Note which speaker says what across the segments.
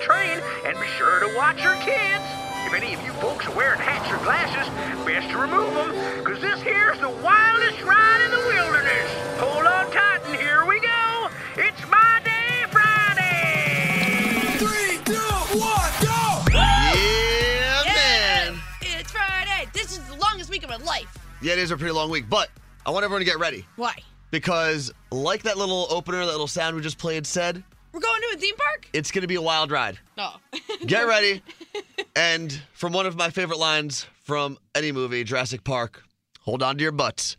Speaker 1: train, and be sure to watch your kids. If any of you folks are wearing hats or glasses, best to remove them, because this here's the wildest ride in the wilderness. Hold on tight, and here we go. It's My Day Friday!
Speaker 2: Three, two, one, go!
Speaker 3: Yeah, man.
Speaker 4: It's Friday. This is the longest week of my life.
Speaker 3: Yeah, it is a pretty long week, but I want everyone to get ready
Speaker 4: Why?
Speaker 3: because, like that little opener, that little sound we just played said,
Speaker 4: We're going to a theme park?
Speaker 3: it's going to be a wild ride.
Speaker 4: No.
Speaker 3: Get ready. and from one of my favorite lines from any movie, Jurassic Park, hold on to your butts.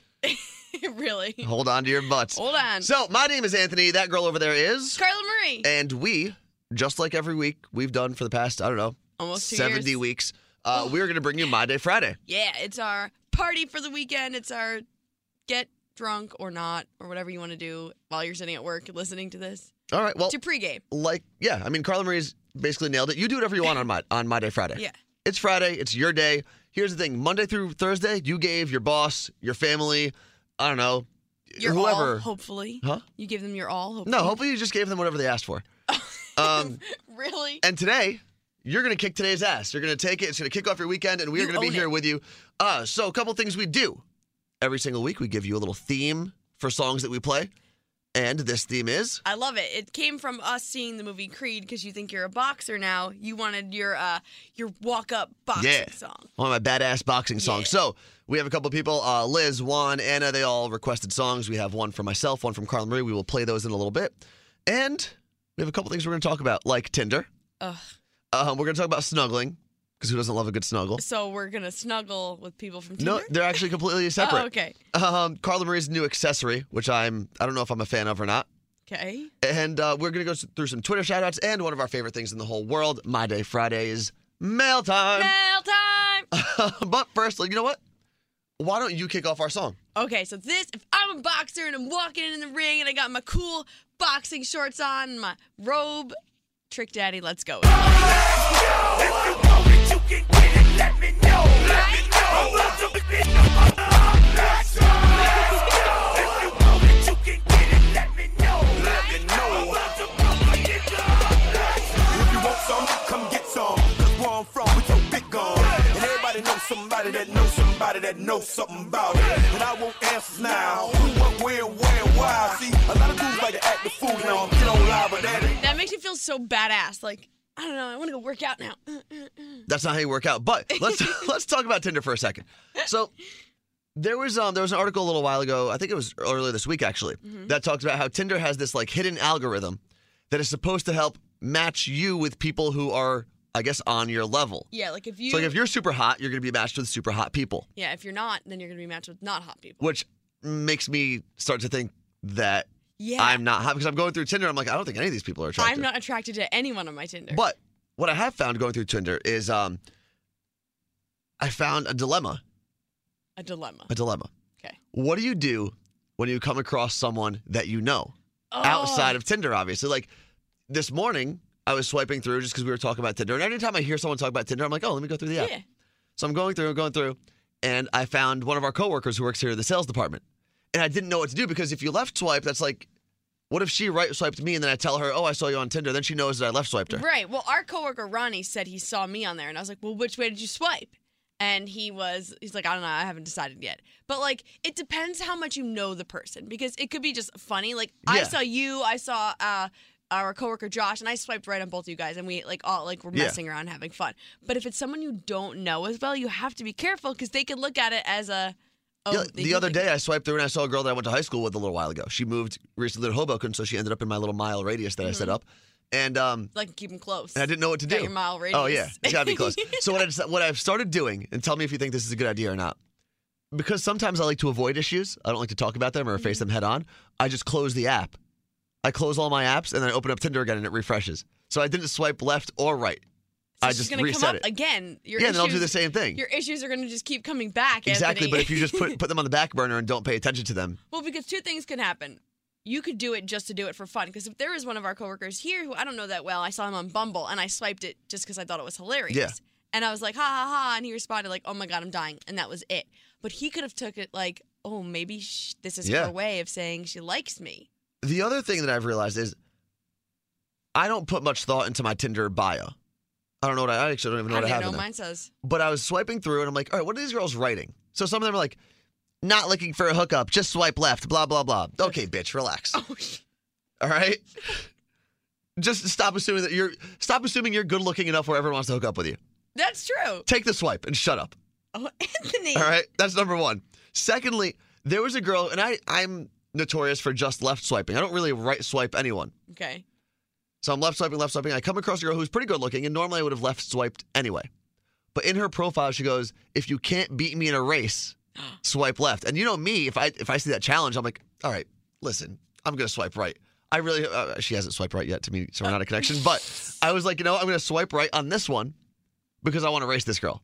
Speaker 4: really?
Speaker 3: Hold on to your butts.
Speaker 4: Hold on.
Speaker 3: So, my name is Anthony. That girl over there is.
Speaker 4: Carla Marie.
Speaker 3: And we, just like every week we've done for the past, I don't know,
Speaker 4: Almost two
Speaker 3: 70
Speaker 4: years.
Speaker 3: weeks, uh, we're going to bring you My Day Friday.
Speaker 4: Yeah, it's our party for the weekend. It's our get drunk or not or whatever you want to do while you're sitting at work listening to this.
Speaker 3: All right. Well,
Speaker 4: It's your pregame.
Speaker 3: like yeah i mean carla marie's basically nailed it you do whatever you want on my on my day friday
Speaker 4: Yeah.
Speaker 3: it's friday it's your day here's the thing monday through thursday you gave your boss your family i don't know
Speaker 4: Your
Speaker 3: whoever
Speaker 4: all, hopefully.
Speaker 3: Huh?
Speaker 4: You give them your all, hopefully.
Speaker 3: no hopefully you just gave them whatever they asked for um
Speaker 4: Really?
Speaker 3: and today you're gonna kick today's ass you're gonna take it it's gonna kick off your weekend and we're
Speaker 4: You
Speaker 3: gonna be
Speaker 4: own
Speaker 3: here
Speaker 4: it.
Speaker 3: with you uh so a couple things we do every single week we give you a little theme for songs that we play and this theme is
Speaker 4: I love it. It came from us seeing the movie Creed because you think you're a boxer now. You wanted your uh your walk up boxing
Speaker 3: Yeah.
Speaker 4: song.
Speaker 3: One of my badass boxing songs.
Speaker 4: Yeah.
Speaker 3: So we have a couple people, uh, Liz, Juan, Anna. They all requested songs. We have one from myself, one from Carla Marie. We will play those in a little bit, and we have a couple things we're going to talk about, like Tinder.
Speaker 4: Ugh.
Speaker 3: Um, we're going to talk about snuggling because who doesn't love a good snuggle?
Speaker 4: So we're gonna snuggle with people from Tinder.
Speaker 3: No, they're actually completely
Speaker 4: oh,
Speaker 3: separate.
Speaker 4: okay.
Speaker 3: um, Carla Marie's new accessory, which I'm I don't know if I'm a fan of or not.
Speaker 4: Okay.
Speaker 3: And uh, we're going to go through some Twitter shout outs and one of our favorite things in the whole world, My Day Friday is mail time.
Speaker 4: Mail time.
Speaker 3: but first, you know what? Why don't you kick off our song?
Speaker 4: Okay, so this, if I'm a boxer and I'm walking in the ring and I got my cool boxing shorts on, and my robe, Trick Daddy, let's go.
Speaker 5: If you want some, come get some. Look where I'm from with your big on. And everybody knows somebody that knows somebody that knows something about it. And I won't answers now. Who, what, where, where, why? See, a lot of dudes like to act the fool now. Get on live, but that ain't.
Speaker 4: That makes me feel so badass. Like, I don't know, I want to go work out now.
Speaker 3: That's not how you work out. But let's let's talk about Tinder for a second. So there was um there was an article a little while ago. I think it was earlier this week actually
Speaker 4: Mm-hmm.
Speaker 3: that talks about how Tinder has this like hidden algorithm that is supposed to help match you with people who are I guess on your level.
Speaker 4: Yeah, like if you,
Speaker 3: So like if you're super hot, you're gonna be matched with super hot people,
Speaker 4: yeah, if you're not, then you're gonna be matched with not hot people.
Speaker 3: which makes me start to think that
Speaker 4: Yeah,
Speaker 3: I'm not hot because I'm going through Tinder. I'm like I don't think any of these people are attractive.
Speaker 4: I'm not attracted to anyone on my Tinder.
Speaker 3: But what I have found going through Tinder is um I found a dilemma.
Speaker 4: a dilemma.
Speaker 3: a dilemma.
Speaker 4: Okay.
Speaker 3: What do you do when you come across someone that you know
Speaker 4: Oh.
Speaker 3: outside of Tinder, obviously? Like this morning, I was swiping through just because we were talking about Tinder. And anytime I hear someone talk about Tinder, I'm like, oh, let me go through the
Speaker 4: yeah.
Speaker 3: app. So I'm going through, going through, and I found one of our coworkers who works here in the sales department. And I didn't know what to do because if you left swipe, that's like, what if she right swiped me and then I tell her, oh, I saw you on Tinder? Then she knows that I left swiped her.
Speaker 4: Right. Well, our coworker Ronnie said he saw me on there, and I was like, "Well, which way did you swipe?" And he was, he's like, "I don't know, I haven't decided yet." But like, it depends how much you know the person because it could be just funny. Like, I
Speaker 3: Yeah.
Speaker 4: saw you, I saw uh, our coworker Josh, and I swiped right on both of you guys, and we like all like were
Speaker 3: Yeah.
Speaker 4: messing around, having fun. But if it's someone you don't know as well, you have to be careful because they could look at it as a. Oh,
Speaker 3: Yeah,
Speaker 4: they
Speaker 3: the
Speaker 4: look
Speaker 3: other
Speaker 4: like-
Speaker 3: day, I swiped through and I saw a girl that I went to high school with a little while ago. She moved recently to Hoboken, so she ended up in my little mile radius that I set up. And um,
Speaker 4: like keep them close.
Speaker 3: and I didn't know what to
Speaker 4: Got
Speaker 3: do.
Speaker 4: Mm-hmm. your mile
Speaker 3: Oh yeah,
Speaker 4: radius.
Speaker 3: it's gotta be close. so what I deci- what I've started doing, and tell me if you think this is a good idea or not, because sometimes I like to avoid issues. I don't like to talk about them or face
Speaker 4: Mm-hmm.
Speaker 3: them head on. I just close the app. I close all my apps and then I open up Tinder again and it refreshes. So I didn't swipe left or right.
Speaker 4: So
Speaker 3: I
Speaker 4: she's
Speaker 3: just
Speaker 4: gonna
Speaker 3: reset
Speaker 4: come up
Speaker 3: it.
Speaker 4: again. Your
Speaker 3: yeah,
Speaker 4: issues,
Speaker 3: then I'll do the same thing.
Speaker 4: Your issues are gonna just keep coming back.
Speaker 3: Exactly,
Speaker 4: Anthony.
Speaker 3: but if you just put put them on the back burner and don't pay attention to them,
Speaker 4: Well, because two things can happen. You could do it just to do it for fun. Because if there was one of our coworkers here who I don't know that well, I saw him on Bumble and I swiped it just because I thought it was hilarious.
Speaker 3: Yeah.
Speaker 4: And I was like, ha ha ha, and he responded like, oh my god, I'm dying, and that was it. But he could have took it like, oh, maybe sh- this is
Speaker 3: Yeah.
Speaker 4: her way of saying she likes me.
Speaker 3: the other thing that I've realized is I don't put much thought into my Tinder bio. I don't know what I, I actually don't even know
Speaker 4: I
Speaker 3: what I
Speaker 4: didn't
Speaker 3: have
Speaker 4: know
Speaker 3: in there.
Speaker 4: mine says.
Speaker 3: But I was swiping through and I'm like, all right, what are these girls writing? So some of them are like, not looking for a hookup, just swipe left, blah, blah, blah. Okay, bitch, relax. All right? Just stop assuming that you're stop assuming you're good looking enough where everyone wants to hook up with you.
Speaker 4: That's true.
Speaker 3: Take the swipe and shut up.
Speaker 4: Oh, Anthony.
Speaker 3: All right, that's number one. Secondly, there was a girl, and I I'm notorious for just left swiping. I don't really right swipe anyone,
Speaker 4: Okay.
Speaker 3: so I'm left swiping, left swiping. I come across a girl who's pretty good looking, and normally I would have left swiped anyway. But in her profile, she goes, "If you can't beat me in a race, swipe left." And you know me, if I if I see that challenge, I'm like, "All right, listen, I'm gonna swipe right." I really uh, she hasn't swiped right yet to me, so we're not a connection. But I was like, you know, what? I'm gonna swipe right on this one because I want to race this girl.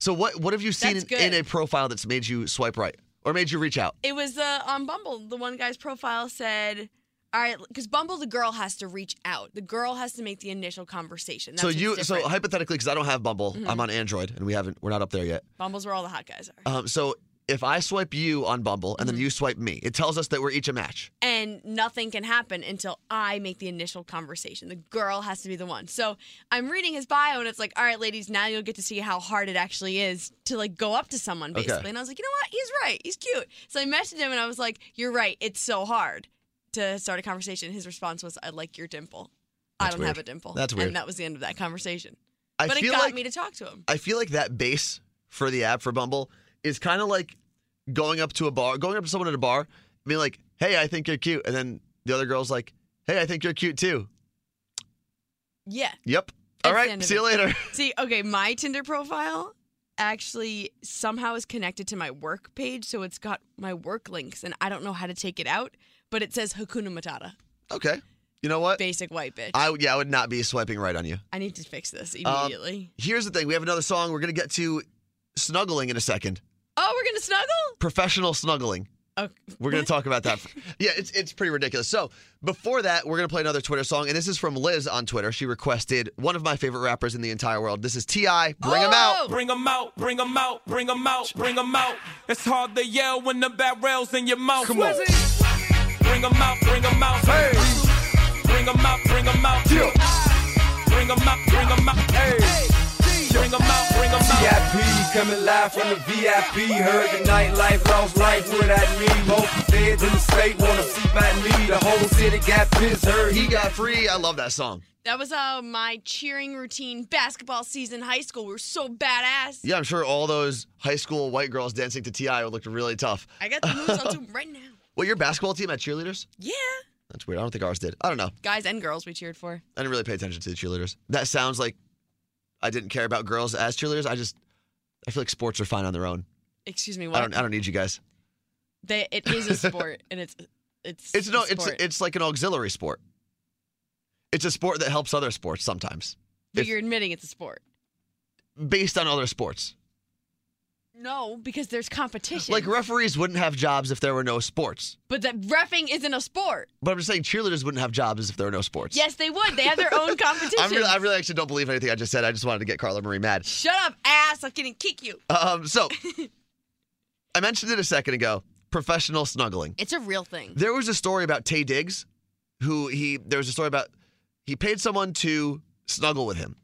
Speaker 3: So what what have you seen
Speaker 4: That's
Speaker 3: in, in
Speaker 4: good.
Speaker 3: a profile that's made you swipe right or made you reach out?
Speaker 4: It was uh, on Bumble. The one guy's profile said, "All right, because Bumble, the girl has to reach out. The girl has to make the initial conversation." That's
Speaker 3: so
Speaker 4: what's
Speaker 3: you
Speaker 4: different.
Speaker 3: so
Speaker 4: Mm-hmm.
Speaker 3: hypothetically because I don't have Bumble, I'm on Android and we haven't we're not up there yet.
Speaker 4: Bumble's where all the hot guys are,
Speaker 3: Um, so if I swipe you on Bumble and
Speaker 4: Mm-hmm.
Speaker 3: then you swipe me, it tells us that we're each a match.
Speaker 4: and nothing can happen until I make the initial conversation. The girl has to be the one. So I'm reading his bio, and it's like, "All right, ladies, now you'll get to see how hard it actually is to like go up to someone,
Speaker 3: Okay.
Speaker 4: basically." And I was like, "You know what? He's right. He's cute." So I messaged him, and I was like, "You're right. It's so hard to start a conversation." His response was, "I like your dimple." I
Speaker 3: That's
Speaker 4: don't
Speaker 3: weird.
Speaker 4: have a dimple.
Speaker 3: That's weird.
Speaker 4: And that was the end of that conversation.
Speaker 3: I
Speaker 4: but it
Speaker 3: feel
Speaker 4: got
Speaker 3: like
Speaker 4: me to talk to him.
Speaker 3: I feel like that base for the app for Bumble is kind of like going up to a bar, going up to someone at a bar, being like, "Hey, I think you're cute," and then the other girl's like, "Hey, I think you're cute too."
Speaker 4: Yeah.
Speaker 3: Yep. All
Speaker 4: That's the
Speaker 3: right.
Speaker 4: end of
Speaker 3: See you
Speaker 4: it.
Speaker 3: later.
Speaker 4: See, okay, my Tinder profile actually somehow is connected to my work page, so it's got my work links, and I don't know how to take it out, but it says Hakuna Matata,
Speaker 3: okay. You know what?
Speaker 4: basic white bitch. I,
Speaker 3: I yeah, I would not be swiping right on you.
Speaker 4: need to fix this
Speaker 3: Um,
Speaker 4: immediately.
Speaker 3: Here's the thing. We have another song. We're gonna get to snuggling in a second.
Speaker 4: oh, we're gonna snuggle? Oh,
Speaker 3: Professional snuggling.
Speaker 4: Okay.
Speaker 3: We're gonna talk about that. yeah, it's it's pretty ridiculous. So before that, we're gonna play another Twitter song, and this is from Liz on Twitter. She requested one of my favorite rappers in the entire world. This is Ti. Bring him out.
Speaker 4: Oh!
Speaker 5: Bring them out, bring them out, bring them out, bring them out. It's hard to yell when the barrel's in your mouth. Come on. Bring them out, bring them out. Hey. Bring them out, bring them out. Bring them out, bring them out. Hey. Bring them out, bring them out.
Speaker 6: VIP, coming live from the VIP. Heard the nightlife, lost life, what I need. Both the feds in the state wanna see by me. The whole city got pissed, heard
Speaker 3: He got free. I love that song.
Speaker 4: That was uh, my cheering routine basketball season high school. We were so badass.
Speaker 3: Yeah, I'm sure all those high school white girls dancing to Ti looked really tough.
Speaker 4: I got the moves on to 'em right now.
Speaker 3: Well, your basketball team had cheerleaders?
Speaker 4: Yeah.
Speaker 3: That's weird. I don't think ours did. I don't know.
Speaker 4: Guys and girls we cheered for.
Speaker 3: I didn't really pay attention to the cheerleaders. That sounds like I didn't care about girls as cheerleaders. I just I feel like sports are fine on their own.
Speaker 4: Excuse me,
Speaker 3: I
Speaker 4: what?
Speaker 3: don't I don't need you guys.
Speaker 4: They, it is a sport, and it's it's
Speaker 3: It's
Speaker 4: a
Speaker 3: no it's
Speaker 4: sport.
Speaker 3: it's like an auxiliary sport. It's a sport that helps other sports sometimes.
Speaker 4: but
Speaker 3: if-
Speaker 4: you're admitting it's a sport.
Speaker 3: Based on other sports.
Speaker 4: No, because there's competition.
Speaker 3: Like referees wouldn't have jobs if there were no sports.
Speaker 4: but that refing isn't a sport.
Speaker 3: But I'm just saying cheerleaders wouldn't have jobs if there were no sports.
Speaker 4: Yes, they would. They have their own competition.
Speaker 3: I'm really, I really actually don't believe anything I just said. I just wanted to get Carla Marie mad.
Speaker 4: Shut up, ass! I'm gonna kick you.
Speaker 3: Um, so I mentioned it a second ago. Professional snuggling.
Speaker 4: It's a real thing.
Speaker 3: There was a story about Tay Diggs, who he there was a story about he paid someone to snuggle with him,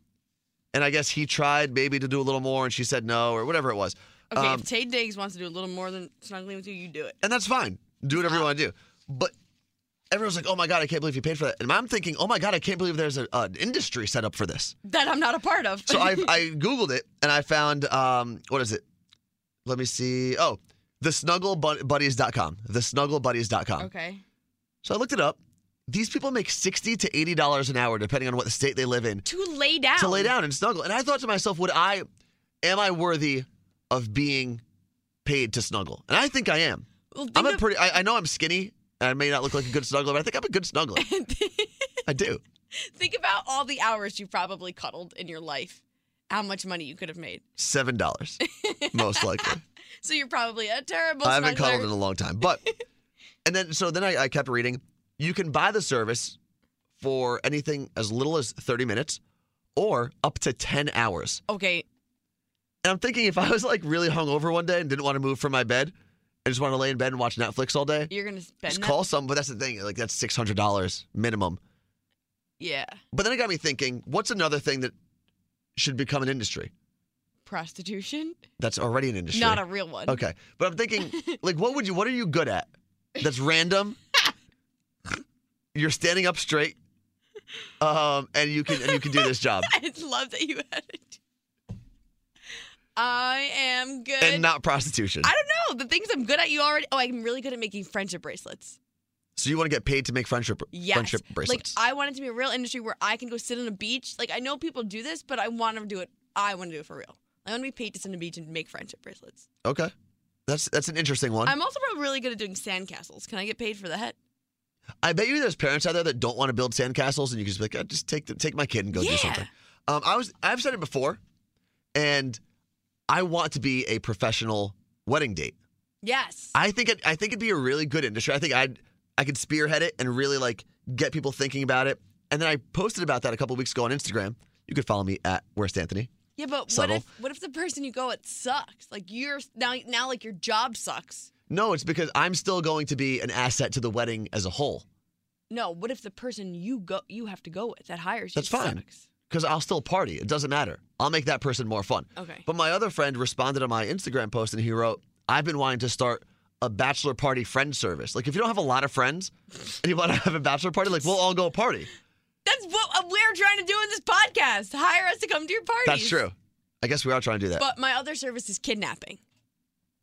Speaker 3: and I guess he tried maybe to do a little more, and she said no or whatever it was.
Speaker 4: Okay,
Speaker 3: Um,
Speaker 4: if Tay Diggs wants to do a little more than snuggling with you, you do it.
Speaker 3: and that's fine. Do whatever you want to do. But everyone's like, "Oh my god, I can't believe you paid for that," and I'm thinking, "Oh my god, I can't believe there's a, an industry set up for this."
Speaker 4: That I'm not a part of.
Speaker 3: So I, I googled it and I found um what is it? Let me see. Oh, the snugglebuddies.com. The snugglebuddies.com.
Speaker 4: okay.
Speaker 3: So I looked it up. These people make 60 to 80 dollars an hour depending on what state they live in
Speaker 4: To lay down.
Speaker 3: to lay down and snuggle. And I thought to myself, would I am I worthy of being paid to snuggle? And I think I am.
Speaker 4: Well, think
Speaker 3: I'm a
Speaker 4: of-
Speaker 3: pretty I, I know I'm skinny and I may not look like a good snuggler, but I think I'm a good snuggler. I do.
Speaker 4: think about all the hours you probably cuddled in your life. How much money you could have made.
Speaker 3: Seven dollars. most likely.
Speaker 4: So you're probably a terrible.
Speaker 3: I haven't
Speaker 4: snuggler.
Speaker 3: cuddled in a long time. But and then so then I, I kept reading. You can buy the service for anything as little as 30 minutes or up to 10 hours.
Speaker 4: Okay,
Speaker 3: And I'm thinking if I was like really hungover one day and didn't want to move from my bed and just want to lay in bed and watch Netflix all day,
Speaker 4: you're gonna spend.
Speaker 3: just
Speaker 4: that-
Speaker 3: call someone. But that's the thing, like that's $600 minimum.
Speaker 4: Yeah.
Speaker 3: But then it got me thinking, what's another thing that should become an industry
Speaker 4: Prostitution?
Speaker 3: that's already an industry?
Speaker 4: Not a real one.
Speaker 3: Okay, but I'm thinking, like, what would you? What are you good at? That's random. You're standing up straight, um, and you can and you can do this job
Speaker 4: I just love that you had it. I am good.
Speaker 3: and not prostitution.
Speaker 4: I don't know. The things I'm good at, you already. Oh, I'm really good at making friendship bracelets.
Speaker 3: So you want to get paid to make friendship
Speaker 4: Yes.
Speaker 3: friendship bracelets?
Speaker 4: Like, I want it to be a real industry where I can go sit on a beach. Like, I know people do this, but I want to do it. I want to do it for real. I want to be paid to sit on a beach and make friendship bracelets.
Speaker 3: okay, that's that's an interesting one.
Speaker 4: I'm also probably really good at doing sandcastles. Can I get paid for that?
Speaker 3: I bet you there's parents out there that don't want to build sandcastles, and you can just be like, "Oh, just take the, take my kid and go do
Speaker 4: Yeah.
Speaker 3: something. Um, I was I've said it before, and I want to be a professional wedding date.
Speaker 4: Yes.
Speaker 3: I think it, I think it'd be a really good industry. I think I'd I could spearhead it and really like get people thinking about it. And then I posted about that a couple weeks ago on Instagram. You could follow me at Worst Anthony.
Speaker 4: yeah, but what
Speaker 3: subtle.
Speaker 4: if what if the person you go with sucks? Like you're now now like your job sucks.
Speaker 3: No, it's because I'm still going to be an asset to the wedding as a whole.
Speaker 4: No, what if the person you go you have to go with that hires you
Speaker 3: That's fine.
Speaker 4: sucks?
Speaker 3: Because I'll still party. It doesn't matter. I'll make that person more fun.
Speaker 4: Okay.
Speaker 3: But my other friend responded to my Instagram post and he wrote, I've been wanting to start a bachelor party friend service. Like if you don't have a lot of friends and you want to have a bachelor party, like we'll all go party.
Speaker 4: That's what uh, we're trying to do in this podcast. Hire us to come to your parties.
Speaker 3: That's true. I guess we are trying to do that.
Speaker 4: But my other service is kidnapping.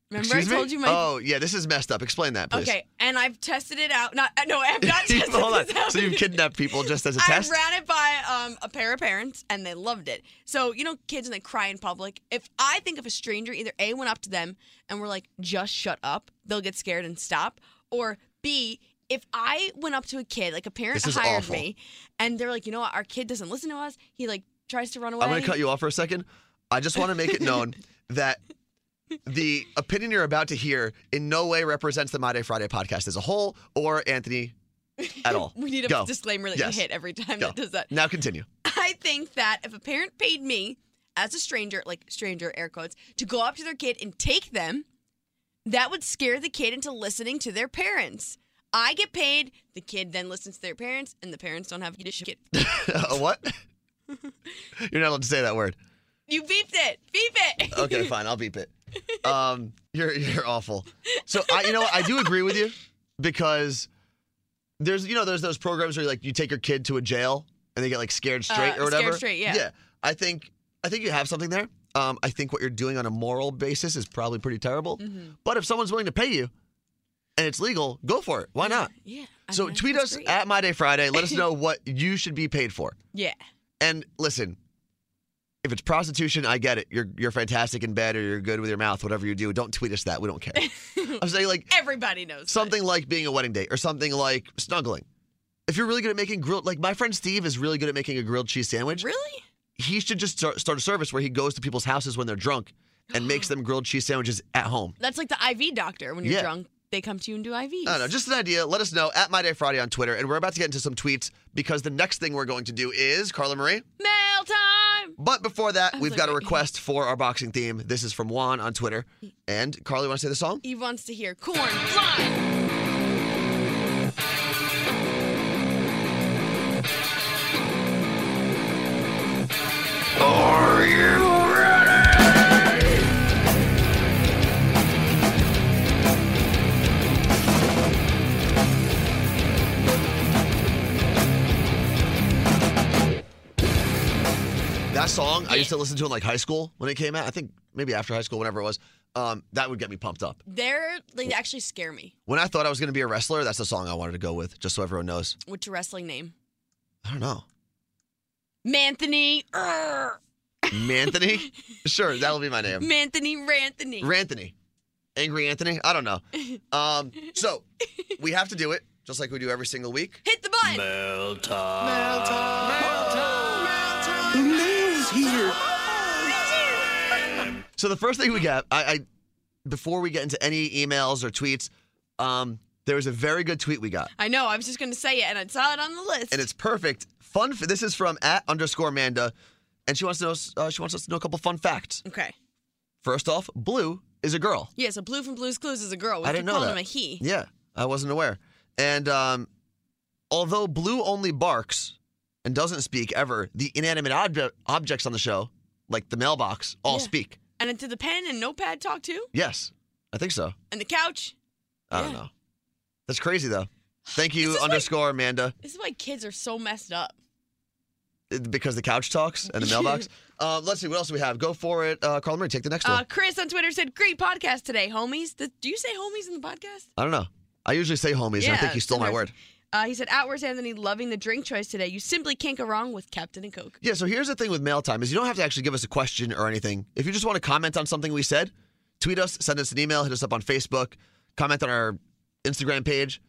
Speaker 4: Remember
Speaker 3: Excuse
Speaker 4: I told
Speaker 3: me?
Speaker 4: you my
Speaker 3: Oh yeah, this is messed up. Explain that, please.
Speaker 4: Okay, and I've tested it out. Not no, I've not tested
Speaker 3: Hold
Speaker 4: this
Speaker 3: on.
Speaker 4: out.
Speaker 3: So you kidnapped people just as a
Speaker 4: I
Speaker 3: test?
Speaker 4: ran it by um, a pair of parents, and they loved it. So you know, kids when they cry in public, if I think if a stranger either a went up to them and were like, "Just shut up," they'll get scared and stop, or b if I went up to a kid, like a parent
Speaker 3: This is
Speaker 4: hired
Speaker 3: awful.
Speaker 4: me, and they're like, "You know what? Our kid doesn't listen to us. He like tries to run away."
Speaker 3: I'm going to cut you off for a second. I just want to make it known that the opinion you're about to hear in no way represents the My Day Friday podcast as a whole or Anthony at all.
Speaker 4: We need a
Speaker 3: Go.
Speaker 4: disclaimer that
Speaker 3: Yes.
Speaker 4: you hit every time
Speaker 3: Go.
Speaker 4: that does that.
Speaker 3: Now continue.
Speaker 4: I think that if a parent paid me as a stranger, like stranger air quotes, to go up to their kid and take them, that would scare the kid into listening to their parents. I get paid, the kid then listens to their parents, and the parents don't have to shit.
Speaker 3: A what? You're not allowed to say that word.
Speaker 4: You beeped it. Beep it.
Speaker 3: Okay, fine. I'll beep it. Um, you're you're awful. So I, you know, what? I do agree with you because there's you know there's those programs where like you take your kid to a jail and they get like scared straight
Speaker 4: Uh,
Speaker 3: or
Speaker 4: Scared
Speaker 3: whatever.
Speaker 4: Straight, yeah.
Speaker 3: Yeah. I think I think you have something there. Um, I think what you're doing on a moral basis is probably pretty terrible.
Speaker 4: Mm-hmm.
Speaker 3: But if someone's willing to pay you and it's legal, go for it. Why not?
Speaker 4: Yeah. I
Speaker 3: So
Speaker 4: mean,
Speaker 3: tweet
Speaker 4: that's
Speaker 3: us
Speaker 4: great.
Speaker 3: at My Day Friday. Let us know what you should be paid for.
Speaker 4: Yeah.
Speaker 3: And listen, if it's prostitution, I get it. You're you're fantastic in bed or you're good with your mouth, whatever you do. Don't tweet us that. We don't care. I'm saying like
Speaker 4: Everybody knows. that.
Speaker 3: something like being a wedding date or something like snuggling. If you're really good at making grilled, like my friend Steve is really good at making a grilled cheese sandwich.
Speaker 4: Really?
Speaker 3: He should just start, start a service where he goes to people's houses when they're drunk and makes them grilled cheese sandwiches at home.
Speaker 4: That's like the IV doctor. When you're
Speaker 3: Yeah.
Speaker 4: drunk, they come to you and do IVs.
Speaker 3: I don't know, just an idea. Let us know at My Day Friday on Twitter. And we're about to get into some tweets because the next thing we're going to do is Carla Marie.
Speaker 4: Mail time.
Speaker 3: But before that,
Speaker 4: was
Speaker 3: we've
Speaker 4: like,
Speaker 3: got a
Speaker 4: wait, yeah.
Speaker 3: request for our boxing theme. This is from Juan on Twitter. And Carly, want to say the song?
Speaker 4: He wants to hear corn fly.
Speaker 3: That song I used to listen to in like high school when it came out. I think maybe after high school, whenever it was. Um, that would get me pumped up.
Speaker 4: They're they actually scare me.
Speaker 3: When I thought I was going to be a wrestler, that's the song I wanted to go with, just so everyone knows.
Speaker 4: What's your wrestling name?
Speaker 3: I don't know.
Speaker 4: Manthony. Urgh.
Speaker 3: Manthony? sure, that'll be my name.
Speaker 4: Manthony Ranthony.
Speaker 3: Ranthony. Angry Anthony? I don't know. Um, so we have to do it, just like we do every single week.
Speaker 4: Hit the button.
Speaker 3: So the first thing we got, I, I before we get into any emails or tweets, um, there was a very good tweet we got,
Speaker 4: I know. I was just gonna say it, and I saw it on the list.
Speaker 3: and it's perfect. Fun. f- This is from at underscore Amanda, and she wants to know. s- Uh, she wants us to know a couple fun facts.
Speaker 4: okay.
Speaker 3: First off, Blue is a girl.
Speaker 4: Yeah. So Blue from Blue's Clues is a girl. We
Speaker 3: I
Speaker 4: keep
Speaker 3: didn't know
Speaker 4: calling
Speaker 3: that.
Speaker 4: him a he.
Speaker 3: Yeah, I wasn't aware. And um, although Blue only barks, and doesn't speak ever, the inanimate obje- objects on the show, like the mailbox, all
Speaker 4: Yeah.
Speaker 3: speak.
Speaker 4: And then did the pen and notepad talk too?
Speaker 3: Yes, I think so.
Speaker 4: And the couch?
Speaker 3: I don't
Speaker 4: Yeah.
Speaker 3: know. That's crazy though. Thank you
Speaker 4: is like-
Speaker 3: underscore Amanda
Speaker 4: This is why kids are so messed up.
Speaker 3: because the couch talks and the mailbox. uh, let's see what else do we have. Go for it, uh, Carla Marie. Take the next
Speaker 4: Uh,
Speaker 3: one.
Speaker 4: Chris on Twitter said, "Great podcast today, homies." Th- do you say homies in the podcast?
Speaker 3: I don't know. I usually say homies, and I think
Speaker 4: Yeah,
Speaker 3: you stole my
Speaker 4: sometimes-
Speaker 3: word.
Speaker 4: Uh, he said, "Outwards Anthony, loving the drink choice today. You simply can't go wrong with Captain and Coke."
Speaker 3: Yeah, so here's the thing with mail time is you don't have to actually give us a question or anything. If you just want to comment on something we said, tweet us, send us an email, hit us up on Facebook, comment on our Instagram page,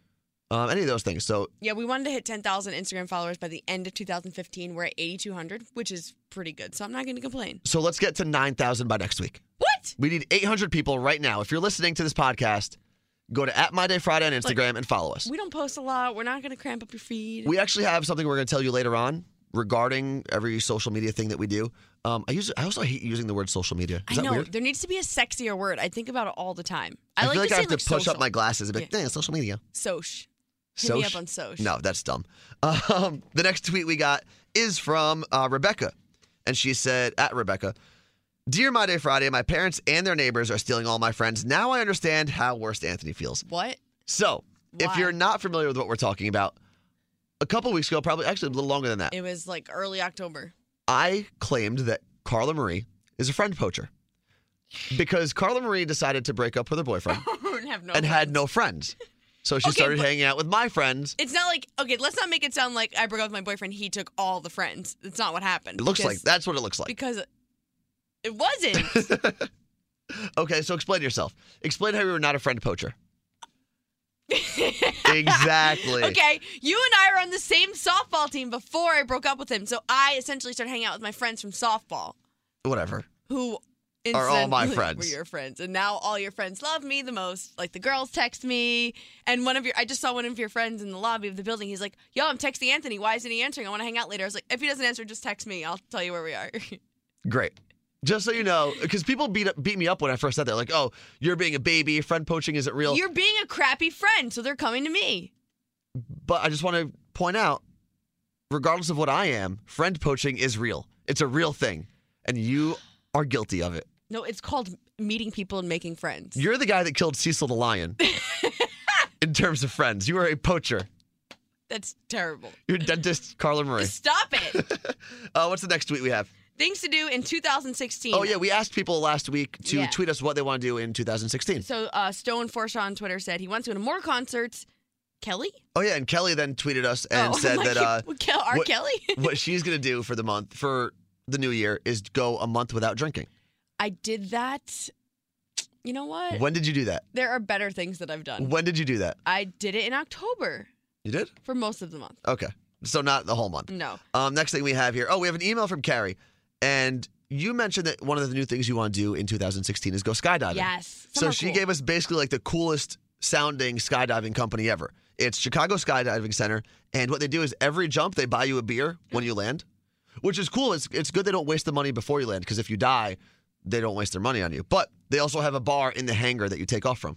Speaker 3: um, any of those things. So
Speaker 4: Yeah, we wanted to hit 10,000 Instagram followers by the end of 2015. We're at 8,200, which is pretty good. So I'm not going to complain.
Speaker 3: so let's get to 9,000 by next week.
Speaker 4: What?
Speaker 3: We need 800 people right now. If you're listening to this podcast, go to at My Day Friday on Instagram and follow us.
Speaker 4: We don't post a lot. We're not going to cramp up your feed.
Speaker 3: We actually have something we're going to tell you later on regarding every social media thing that we do. Um, I use I also hate using the word social media. Is
Speaker 4: I
Speaker 3: that
Speaker 4: know
Speaker 3: weird?
Speaker 4: there needs to be a sexier word. I think about it all the time. I,
Speaker 3: I,
Speaker 4: like
Speaker 3: feel like
Speaker 4: to
Speaker 3: I
Speaker 4: say
Speaker 3: have to
Speaker 4: like
Speaker 3: push up
Speaker 4: social.
Speaker 3: my glasses and be like,
Speaker 4: Yeah.
Speaker 3: "Dang, social media.
Speaker 4: Soch. Hit me up
Speaker 3: Soch?
Speaker 4: on Soch.
Speaker 3: No, that's dumb. Um, the next tweet we got is from uh, Rebecca, and she said, "At Rebecca, dear My Day Friday, my parents and their neighbors are stealing all my friends. Now I understand how worst Anthony feels."
Speaker 4: What?
Speaker 3: So, if
Speaker 4: Why?
Speaker 3: you're not familiar with what we're talking about, a couple weeks ago, probably actually a little longer than that,
Speaker 4: It was like early October.
Speaker 3: I claimed that Carla Marie is a friend poacher because Carla Marie decided to break up with her boyfriend
Speaker 4: and have no
Speaker 3: and had
Speaker 4: friends.
Speaker 3: no friends. So she
Speaker 4: Okay,
Speaker 3: started
Speaker 4: but-
Speaker 3: hanging out with my friends.
Speaker 4: It's not like okay. Let's not make it sound like I broke up with my boyfriend. He took all the friends. It's not what happened.
Speaker 3: It looks like
Speaker 4: because-
Speaker 3: that's what it looks like.
Speaker 4: because it wasn't.
Speaker 3: Okay, so explain yourself. Explain how you were not a friend poacher. exactly.
Speaker 4: Okay, you and I were on the same softball team before I broke up with him. So I essentially started hanging out with my friends from softball,
Speaker 3: Whatever.
Speaker 4: who
Speaker 3: Are all my
Speaker 4: incidentally
Speaker 3: friends.
Speaker 4: Were your friends, and now all your friends love me the most. Like the girls text me, and one of your I just saw one of your friends in the lobby of the building. He's like, "Yo, I'm texting Anthony. Why isn't he answering? I want to hang out later." I was like, "If he doesn't answer, just text me. I'll tell you where we are."
Speaker 3: Great. Just so you know, because people beat up, beat me up when I first said that, like, "Oh, you're being a baby. Friend poaching isn't real."
Speaker 4: You're being a crappy friend, so they're coming to me.
Speaker 3: but I just want to point out, regardless of what I am, friend poaching is real. It's a real thing, and you are guilty of it.
Speaker 4: No, it's called meeting people and making friends.
Speaker 3: You're the guy that killed Cecil the lion. in terms of friends, you are a poacher.
Speaker 4: That's terrible.
Speaker 3: Your dentist, Carla Marie.
Speaker 4: Stop it.
Speaker 3: Uh, what's the next tweet we have?
Speaker 4: Things to do in 2016.
Speaker 3: Oh yeah, we asked people last week to
Speaker 4: Yeah.
Speaker 3: tweet us what they want to do in 2016.
Speaker 4: So uh, Stone Forshaw on Twitter said he wants to go to more concerts. Kelly?
Speaker 3: Oh yeah, and Kelly then tweeted us and
Speaker 4: Oh,
Speaker 3: said
Speaker 4: like
Speaker 3: that
Speaker 4: you-
Speaker 3: uh,
Speaker 4: Kel- R.
Speaker 3: what-
Speaker 4: Kelly?
Speaker 3: what she's gonna do for the month for the new year is go a month without drinking.
Speaker 4: I did that. You know what?
Speaker 3: When did you do that?
Speaker 4: There are better things that I've done.
Speaker 3: When did you do that?
Speaker 4: I did it in October
Speaker 3: You did?
Speaker 4: for most of the month.
Speaker 3: Okay, so not the whole month.
Speaker 4: No.
Speaker 3: Um, next thing we have here. Oh, we have an email from Carrie, and you mentioned that one of the new things you want to do in 2016 is go skydiving.
Speaker 4: Yes. Some
Speaker 3: So
Speaker 4: are
Speaker 3: she
Speaker 4: cool.
Speaker 3: gave us basically like the coolest sounding skydiving company ever. It's Chicago Skydiving Center, and what they do is every jump they buy you a beer when you land, which is cool. It's it's good they don't waste the money before you land because if you die, they don't waste their money on you. But they also have a bar in the hangar that you take off from,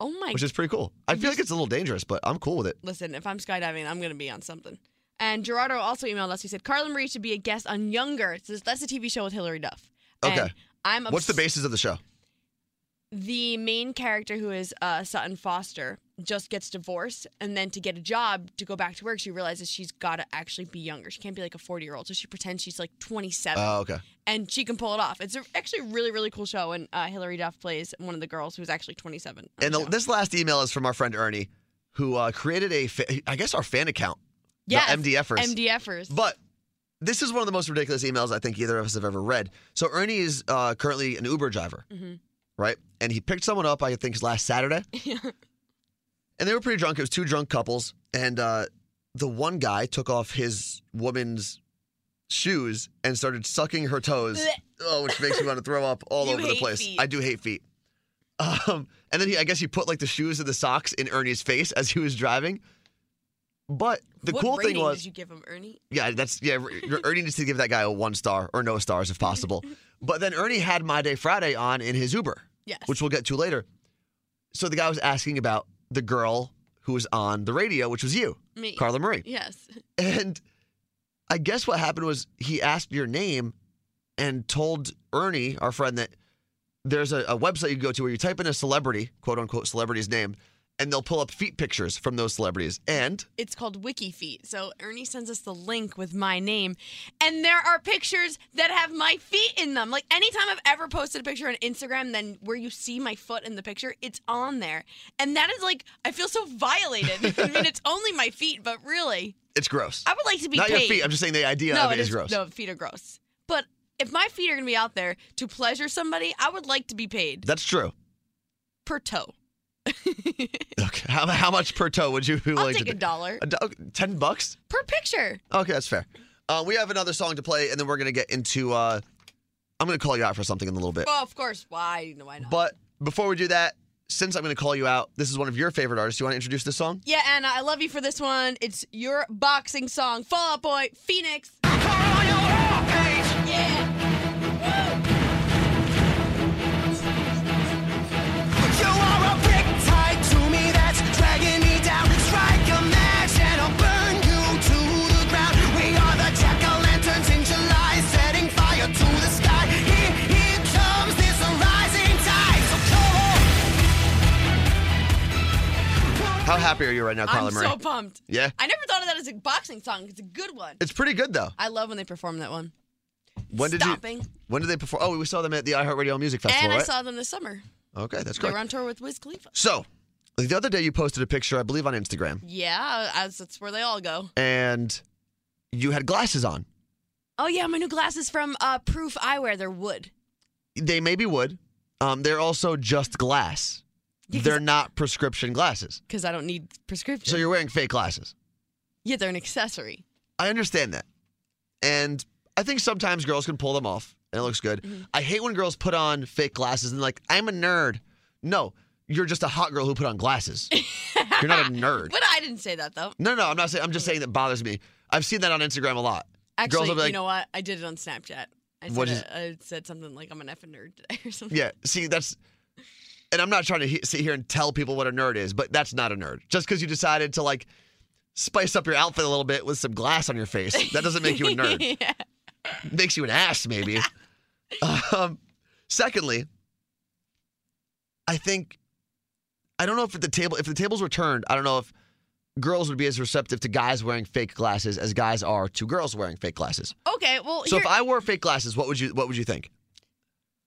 Speaker 4: Oh my
Speaker 3: which is pretty cool. I feel like it's a little dangerous, but I'm cool with it.
Speaker 4: listen, if I'm skydiving, I'm going to be on something. And Gerardo also emailed us. He said, Carla Marie should be a guest on Younger. So that's a TV show with Hilary Duff. And
Speaker 3: Okay.
Speaker 4: I'm
Speaker 3: What's the
Speaker 4: obs-
Speaker 3: basis of the show?
Speaker 4: the main character who is uh, Sutton Foster just gets divorced, and then to get a job to go back to work, she realizes she's got to actually be younger. She can't be like a forty year old, so she pretends she's like twenty seven,
Speaker 3: Oh, okay.
Speaker 4: and she can pull it off. It's a, actually a really really cool show, and uh, Hilary Duff plays one of the girls who's actually twenty seven.
Speaker 3: And the, this last email is from our friend Ernie, who uh, created a, fa- I guess, our fan account. the MDFers.
Speaker 4: MDFers.
Speaker 3: But this is one of the most ridiculous emails I think either of us have ever read. So Ernie is uh, currently an Uber driver,
Speaker 4: Mm-hmm.
Speaker 3: right? And he picked someone up, I think, last Saturday. and they were pretty drunk. It was two drunk couples. And uh, the one guy took off his woman's shoes and started sucking her toes,
Speaker 4: Blech.
Speaker 3: oh, which makes me want to throw up all
Speaker 4: You
Speaker 3: over the
Speaker 4: hate
Speaker 3: place.
Speaker 4: feet.
Speaker 3: I do hate feet. Um, and then he, I guess he put like the shoes and the socks in Ernie's face as he was driving. But the
Speaker 4: what
Speaker 3: cool
Speaker 4: rating
Speaker 3: thing was,
Speaker 4: did you give him Ernie?
Speaker 3: yeah, that's yeah. Er- Ernie needs to give that guy a one star or no stars if possible. But then Ernie had My Day Friday on in his Uber,
Speaker 4: Yes.
Speaker 3: which we'll get to later. So the guy was asking about the girl who was on the radio, which was you,
Speaker 4: Me.
Speaker 3: Carla Marie,
Speaker 4: Yes.
Speaker 3: and I guess what happened was he asked your name and told Ernie, our friend, that there's a, a website you go to where you type in a celebrity, quote unquote, celebrity's name, and they'll pull up feet pictures from those celebrities. And
Speaker 4: It's called WikiFeet. So Ernie sends us the link with my name, and there are pictures that have my feet in them. Like anytime I've ever posted a picture on Instagram, then where you see my foot in the picture, it's on there, and that is like I feel so violated. I mean, it's only my feet, but really,
Speaker 3: it's gross.
Speaker 4: I would like to be
Speaker 3: Not
Speaker 4: paid.
Speaker 3: your feet. I'm just saying the idea
Speaker 4: no,
Speaker 3: of
Speaker 4: it is
Speaker 3: gross.
Speaker 4: No, feet are gross. But if my feet are gonna be out there to pleasure somebody, I would like to be paid
Speaker 3: That's true.
Speaker 4: per toe.
Speaker 3: Okay. How, how much per toe would you
Speaker 4: I'll
Speaker 3: like
Speaker 4: take
Speaker 3: to
Speaker 4: a dollar
Speaker 3: A do- Ten bucks?
Speaker 4: per picture.
Speaker 3: Okay, that's fair. Uh, we have another song to play, and then we're gonna get into. Uh, I'm gonna call you out for something in a little bit.
Speaker 4: Well, Oh, of course. Why? Why not?
Speaker 3: But before we do that, since I'm gonna call you out, this is one of your favorite artists. You want to introduce this song?
Speaker 4: Yeah, Anna, I love you for this one. It's your boxing song, Fall Out Boy, Phoenix. Yeah.
Speaker 7: You are a brick tied to me that's dragging me down. Strike a match and I'll burn you to the ground. We are the jack-o'-lanterns in July, setting fire to the sky. Here, here comes this rising tide. So come on.
Speaker 3: How happy are you right now, Carla
Speaker 4: I'm
Speaker 3: Murray?
Speaker 4: so pumped.
Speaker 3: Yeah.
Speaker 4: I never thought of that as a boxing song. It's a good one.
Speaker 3: it's pretty good though.
Speaker 4: I love when they perform that one.
Speaker 3: When did
Speaker 4: Stopping.
Speaker 3: you? When did they perform? Oh, we saw them at the iHeartRadio Music Festival,
Speaker 4: and I
Speaker 3: right?
Speaker 4: saw them this summer.
Speaker 3: okay, that's
Speaker 4: They
Speaker 3: great.
Speaker 4: were on tour with Wiz Khalifa.
Speaker 3: so, the other day you posted a picture, I believe, on Instagram,
Speaker 4: Yeah, as that's where they all go.
Speaker 3: and you had glasses on.
Speaker 4: Oh yeah, my new glasses from uh, Proof Eyewear. They're wood.
Speaker 3: They may be wood. Um, they're also just glass.
Speaker 4: Yeah, 'cause-
Speaker 3: they're not prescription glasses.
Speaker 4: Because I don't need prescription.
Speaker 3: So you're wearing fake glasses.
Speaker 4: yeah, they're an accessory.
Speaker 3: I understand that. And I think sometimes girls can pull them off and it looks good.
Speaker 4: Mm-hmm.
Speaker 3: I hate when girls put on fake glasses and like, I'm a nerd. No, you're just a hot girl who put on glasses. you're not a nerd.
Speaker 4: But I didn't say that though.
Speaker 3: No, no, I'm not saying I'm just saying that bothers me. I've seen that on Instagram a lot.
Speaker 4: Actually,
Speaker 3: girls will be like,
Speaker 4: you know what? I did it on Snapchat. I
Speaker 3: What
Speaker 4: said,
Speaker 3: is-
Speaker 4: it- I said something like I'm an effing nerd today or something.
Speaker 3: Yeah, see, that's, and I'm not trying to he- sit here and tell people what a nerd is, but that's not a nerd. Just because you decided to like spice up your outfit a little bit with some glass on your face, that doesn't make you a nerd.
Speaker 4: yeah.
Speaker 3: Makes you an ass, maybe. um, secondly, I think, I don't know if at the table, if the tables were turned, I don't know if girls would be as receptive to guys wearing fake glasses as guys are to girls wearing fake glasses.
Speaker 4: Okay, well,
Speaker 3: So if
Speaker 4: here-
Speaker 3: I wore fake glasses, what would you, what would you think?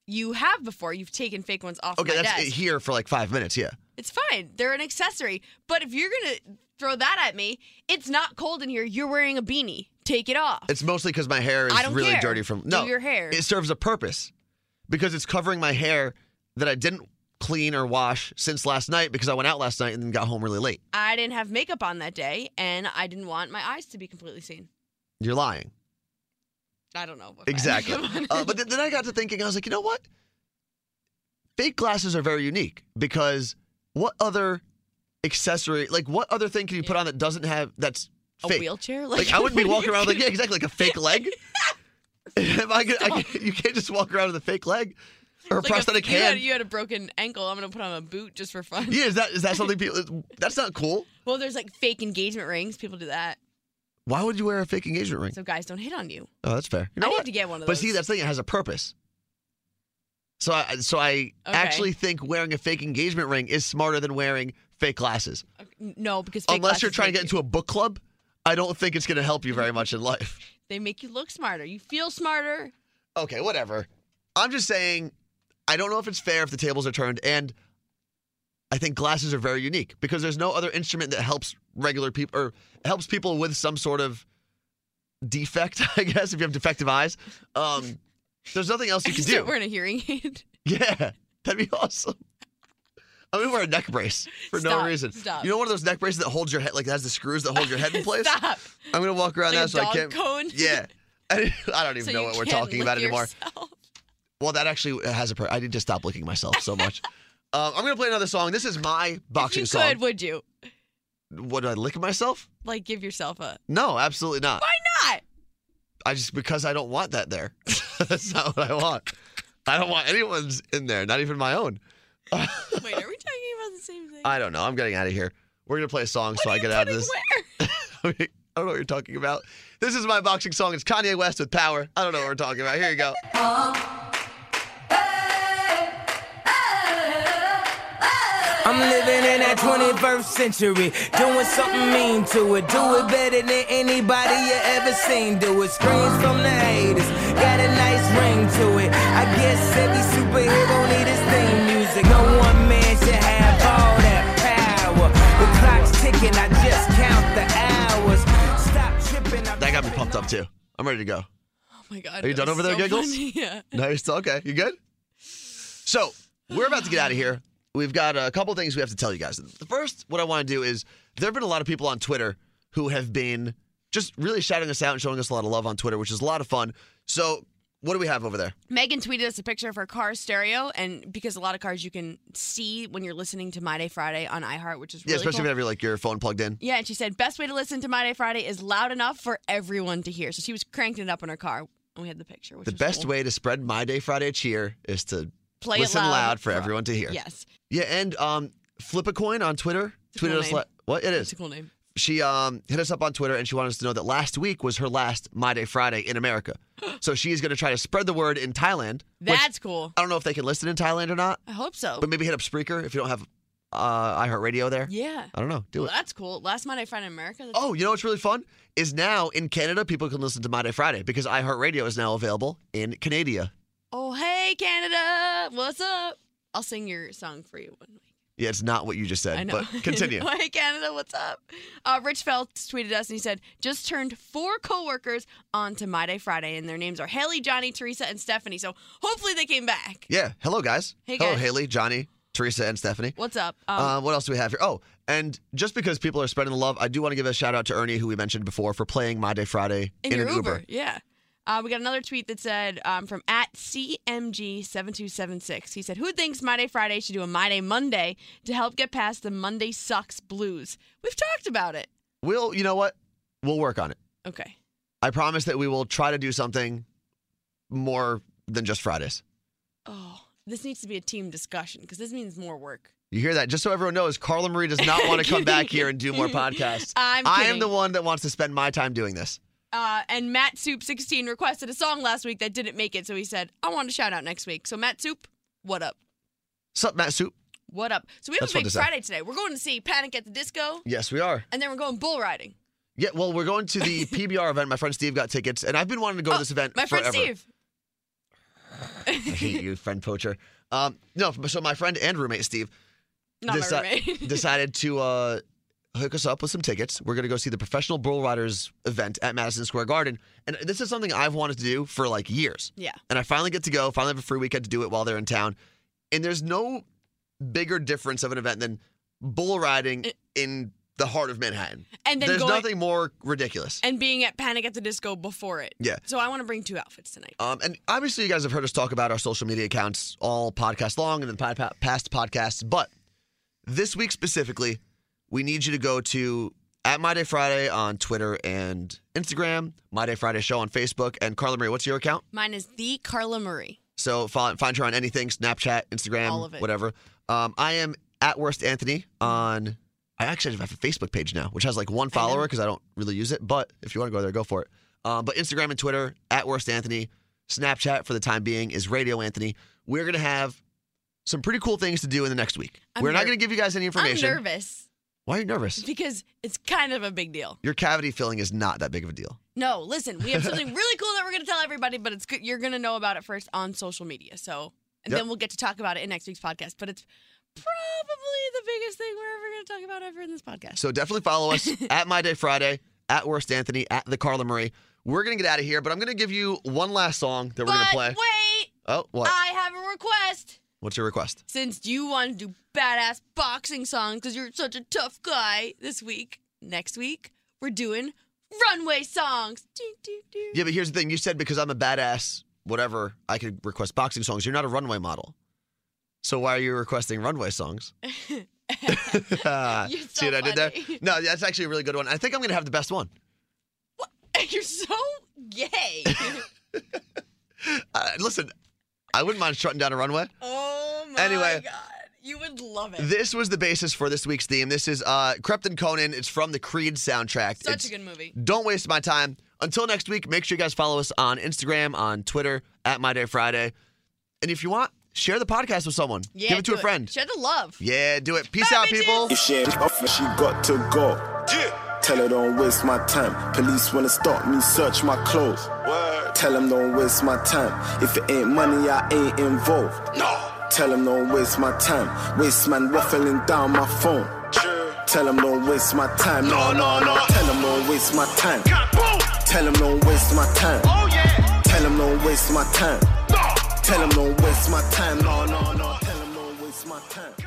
Speaker 4: you have before. You've taken fake ones off
Speaker 3: Okay,
Speaker 4: my
Speaker 3: that's
Speaker 4: desk.
Speaker 3: it here for like five minutes. Yeah.
Speaker 4: It's fine. They're an accessory. But if you're going to throw that at me, it's not cold in here. You're wearing a beanie. Take it off.
Speaker 3: It's mostly because my hair is
Speaker 4: I don't
Speaker 3: really
Speaker 4: care.
Speaker 3: dirty from
Speaker 4: Do
Speaker 3: no
Speaker 4: your hair.
Speaker 3: It serves a purpose because it's covering my hair that I didn't clean or wash since last night because I went out last night and then got home really late.
Speaker 4: I didn't have makeup on that day, and I didn't want my eyes to be completely seen.
Speaker 3: You're lying.
Speaker 4: I don't know. What
Speaker 3: Exactly.
Speaker 4: Come on.
Speaker 3: uh, but th- then I got to thinking. I was like, you know what? Fake glasses are very unique because what other accessory, like what other thing can you put on that doesn't have that's
Speaker 4: a
Speaker 3: fake?
Speaker 4: wheelchair?
Speaker 3: Like, I wouldn't be walking around with like yeah, exactly like a fake leg. if I could, I could- you can't just walk around with a fake leg or a
Speaker 4: Like
Speaker 3: prosthetic
Speaker 4: a, You
Speaker 3: hand.
Speaker 4: had, you had a broken ankle. I'm going to put on a boot just for fun.
Speaker 3: Yeah, is that is that something people? That's not cool.
Speaker 4: Well, there's like fake engagement rings. People do that.
Speaker 3: Why would you wear a fake engagement ring?
Speaker 4: So guys don't hit on you.
Speaker 3: Oh, that's fair. You know
Speaker 4: I need
Speaker 3: what?
Speaker 4: to get one of
Speaker 3: But
Speaker 4: those.
Speaker 3: see, that's the thing. It has a purpose. So I so I actually think wearing a fake engagement ring is smarter than wearing fake glasses.
Speaker 4: No, because fake
Speaker 3: Unless you're
Speaker 4: glasses
Speaker 3: trying to
Speaker 4: make
Speaker 3: get into a book club, I don't think it's going to help you very much in life.
Speaker 4: you- they make you look smarter. You feel smarter.
Speaker 3: Okay, whatever. I'm just saying, I don't know if it's fair if the tables are turned, and I think glasses are very unique because there's no other instrument that helps regular people or helps people with some sort of defect. I guess if you have defective eyes, um, there's nothing else you can
Speaker 4: Start
Speaker 3: do.
Speaker 4: wearing a hearing aid.
Speaker 3: Yeah, that'd be awesome. I'm gonna wear a neck brace for no
Speaker 4: Stop,
Speaker 3: reason.
Speaker 4: stop.
Speaker 3: You know, one of those neck braces that holds your head, like has the screws that hold your head in place.
Speaker 4: Stop.
Speaker 3: I'm gonna walk around that
Speaker 4: Like a
Speaker 3: so I
Speaker 4: dog
Speaker 3: can't.
Speaker 4: cone?
Speaker 3: Yeah, I, I don't even
Speaker 4: So
Speaker 3: know
Speaker 4: you
Speaker 3: what we're
Speaker 4: can't
Speaker 3: talking
Speaker 4: lick
Speaker 3: about anymore.
Speaker 4: yourself.
Speaker 3: Well, that actually uh, has a. Per- I need to stop looking myself so much. um, I'm gonna play another song. This is my
Speaker 4: If
Speaker 3: boxing
Speaker 4: you
Speaker 3: song.
Speaker 4: could, would you?
Speaker 3: Would I lick myself?
Speaker 4: Like, give yourself a.
Speaker 3: No, absolutely not.
Speaker 4: Why not?
Speaker 3: I just because I don't want that there. That's not what I want. I don't want anyone's in there, not even my own.
Speaker 4: Wait, are we talking about the same thing?
Speaker 3: I don't know. I'm getting out of here. We're gonna play a song so I get out of this.
Speaker 4: Where?
Speaker 3: I mean, I don't know what you're talking about. This is my boxing song. It's Kanye West with Power. I don't know what we're talking about. Here you go.
Speaker 8: I'm living in that 21st century, doing something mean to it. Do it better than anybody you ever seen. Do it. Screams from the haters, got a nice ring to it. I guess every superhero need his theme music. No one man should have all that power. The clock's ticking, I just count the hours. Stop tripping. I
Speaker 3: That got me pumped up too. I'm ready to go.
Speaker 4: Oh my god.
Speaker 3: Are you
Speaker 4: that
Speaker 3: done over
Speaker 4: was
Speaker 3: there,
Speaker 4: so
Speaker 3: Giggles?
Speaker 4: funny. Yeah.
Speaker 3: No, you're still okay. You good? So we're about to get out of here. We've got a couple things we have to tell you guys. The first, what I want to do is there have been a lot of people on Twitter who have been just really shouting us out and showing us a lot of love on Twitter, which is a lot of fun. So what do we have over there?
Speaker 4: Megan tweeted us a picture of her car stereo, and because a lot of cars you can see when you're listening to My Day Friday on iHeart, which is
Speaker 3: Yeah,
Speaker 4: really
Speaker 3: especially
Speaker 4: cool.
Speaker 3: if you have your like your phone plugged in.
Speaker 4: yeah, and she said best way to listen to My Day Friday is loud enough for everyone to hear. So she was cranking it up in her car, and we had the picture. Which
Speaker 3: The
Speaker 4: was
Speaker 3: best
Speaker 4: cool.
Speaker 3: way to spread My Day Friday cheer is to
Speaker 4: Play it
Speaker 3: listen
Speaker 4: loud
Speaker 3: for everyone to hear.
Speaker 4: Yes,
Speaker 3: Yeah, and um, flip a coin on Twitter.
Speaker 4: a cool
Speaker 3: Tweeted us
Speaker 4: name.
Speaker 3: la- what it
Speaker 4: it's
Speaker 3: is.
Speaker 4: a cool name.
Speaker 3: She um, hit us up on Twitter and she wanted us to know that last week was her last My Day Friday in America. So she's going to try to spread the word in Thailand. which
Speaker 4: That's cool.
Speaker 3: I don't know if they can listen in Thailand or not,
Speaker 4: I hope so.
Speaker 3: but maybe hit up Spreaker if you don't have uh, iHeartRadio there.
Speaker 4: yeah.
Speaker 3: I don't know. Do
Speaker 4: Well,
Speaker 3: it.
Speaker 4: that's cool. Last Monday Friday in America. That's
Speaker 3: Oh, you know what's really fun? Is now in Canada, people can listen to My Day Friday because iHeartRadio is now available in Canada.
Speaker 4: Oh, hey, Canada. What's up? I'll sing your song for you one week.
Speaker 3: Yeah, it's not what you just said,
Speaker 4: I know.
Speaker 3: but continue.
Speaker 4: Oh, hey, Canada. What's up? Uh, Rich Phelps tweeted us and he said, just turned four coworkers onto My Day Friday, and their names are Haley, Johnny, Teresa, and Stephanie. So hopefully they came back.
Speaker 3: yeah. Hello, guys.
Speaker 4: Hey,
Speaker 3: Hello,
Speaker 4: guys.
Speaker 3: Haley, Johnny, Teresa, and Stephanie.
Speaker 4: What's up? Um,
Speaker 3: Uh, what else do we have here? Oh, and just because people are spreading the love, I do want to give a shout out to Ernie, who we mentioned before, for playing My Day Friday
Speaker 4: in, your
Speaker 3: an
Speaker 4: Uber. Yeah. Uh, we got another tweet that said um, from at CMG7276. He said, Who thinks My Day Friday should do a My Day Monday to help get past the Monday sucks blues? We've talked about it.
Speaker 3: We'll, you know what? We'll work on it.
Speaker 4: Okay.
Speaker 3: I promise that we will try to do something more than just Fridays.
Speaker 4: Oh, this needs to be a team discussion because this means more work.
Speaker 3: You hear that? Just so everyone knows, Carla Marie does not want to come back here and do more podcasts.
Speaker 4: I'm
Speaker 3: I am
Speaker 4: kidding.
Speaker 3: the one that wants to spend my time doing this.
Speaker 4: Uh, and Matt Soup 16 requested a song last week that didn't make it, so he said, I want to shout out next week. So Matt Soup, what up?
Speaker 3: Sup, Matt Soup?
Speaker 4: What up? So we have
Speaker 3: That's
Speaker 4: a
Speaker 3: what
Speaker 4: big
Speaker 3: this is.
Speaker 4: Friday today. We're going to see Panic at the Disco,
Speaker 3: Yes, we are.
Speaker 4: and then we're going bull riding.
Speaker 3: Yeah, well, we're going to the PBR event. My friend Steve got tickets, and I've been wanting to go to this event
Speaker 4: Oh, My friend
Speaker 3: forever.
Speaker 4: Steve.
Speaker 3: I hate you, friend poacher. Um, no, so my friend and roommate Steve
Speaker 4: Not
Speaker 3: deci-
Speaker 4: my roommate.
Speaker 3: decided to uh, hook us up with some tickets. We're going to go see the Professional Bull Riders event at Madison Square Garden. And this is something I've wanted to do for like years.
Speaker 4: yeah.
Speaker 3: And I finally get to go, finally have a free weekend to do it while they're in town. And there's no bigger difference of an event than bull riding in the heart of Manhattan.
Speaker 4: And then
Speaker 3: there's
Speaker 4: going
Speaker 3: nothing more ridiculous.
Speaker 4: and being at Panic at the Disco before it.
Speaker 3: Yeah.
Speaker 4: So I want to bring two outfits tonight.
Speaker 3: Um, and obviously, you guys have heard us talk about our social media accounts all podcast long and then pod- pa- past podcasts. But this week specifically, we need you to go to at My Day Friday on Twitter and Instagram, My Day Friday Show on Facebook, and Carla Marie, what's your account?
Speaker 4: Mine is the Carla Marie.
Speaker 3: So find, find her on anything Snapchat, Instagram,
Speaker 4: All of it.
Speaker 3: whatever. Um, I am at Worst Anthony on. I actually have a Facebook page now, which has like one follower because I, don't really use it. But if you want to go there, go for it. Um, but Instagram and Twitter at Worst Anthony. Snapchat for the time being is Radio Anthony. We're gonna have some pretty cool things to do in the next week.
Speaker 4: I'm
Speaker 3: We're not
Speaker 4: ner-
Speaker 3: gonna give you guys any
Speaker 4: I'm
Speaker 3: information.
Speaker 4: nervous
Speaker 3: Why are you nervous?
Speaker 4: because it's kind of a big deal.
Speaker 3: Your cavity filling is not that big of a deal.
Speaker 4: No, listen, we have something really cool that we're going to tell everybody, but it's good. You're going to know about it first on social media. So, and
Speaker 3: Yep.
Speaker 4: then we'll get to talk about it in next week's podcast. But it's probably the biggest thing we're ever going to talk about ever in this podcast.
Speaker 3: So definitely follow us at My Day Friday, at Worst Anthony, at the Carla Marie. We're gonna get out of here, but I'm gonna give you one last song that we're
Speaker 4: but
Speaker 3: gonna play.
Speaker 4: wait,
Speaker 3: Oh, what?
Speaker 4: I have a request.
Speaker 3: What's your request?
Speaker 4: Since you want to do badass boxing songs because you're such a tough guy this week, next week, we're doing runway songs. Doo, doo, doo.
Speaker 3: Yeah, but here's the thing. You said because I'm a badass, whatever, I could request boxing songs. You're not a runway model. So why are you requesting runway songs? See
Speaker 4: so
Speaker 3: what I did there?
Speaker 4: funny.
Speaker 3: No, that's actually a really good one. I think I'm gonna have the best one.
Speaker 4: You're so gay.
Speaker 3: Uh, listen, I wouldn't mind shutting down a runway.
Speaker 4: oh my
Speaker 3: Anyway,
Speaker 4: God. You would love it.
Speaker 3: This was the basis for this week's theme. This is uh, Crepton Conan. It's from the Creed soundtrack.
Speaker 4: Such
Speaker 3: It's-
Speaker 4: a good movie.
Speaker 3: Don't waste my time. Until next week, make sure you guys follow us on Instagram, on Twitter, at My Day Friday. And if you want, share the podcast with someone.
Speaker 4: Yeah,
Speaker 3: Give it to
Speaker 4: do
Speaker 3: a friend.
Speaker 4: Share the love.
Speaker 3: yeah, do it. Peace
Speaker 4: Bye,
Speaker 3: out,
Speaker 4: bitches.
Speaker 3: people.
Speaker 9: If she ain't off, she got to go. Tell her don't waste my time. Police wanna stop me, search my clothes.
Speaker 5: Word.
Speaker 9: Tell them don't waste my time. If it ain't money, I ain't involved.
Speaker 5: No.
Speaker 9: Tell them don't waste my time. Waste man waffling down my phone.
Speaker 5: True.
Speaker 9: Tell them don't waste my time.
Speaker 5: No, no, no.
Speaker 9: Tell them don't waste my time.
Speaker 5: Kaboom.
Speaker 9: Tell them don't waste my time.
Speaker 5: Oh yeah.
Speaker 9: Tell them don't waste my time.
Speaker 5: No.
Speaker 9: Tell them don't waste my time. No, no, no. Tell them don't waste my time.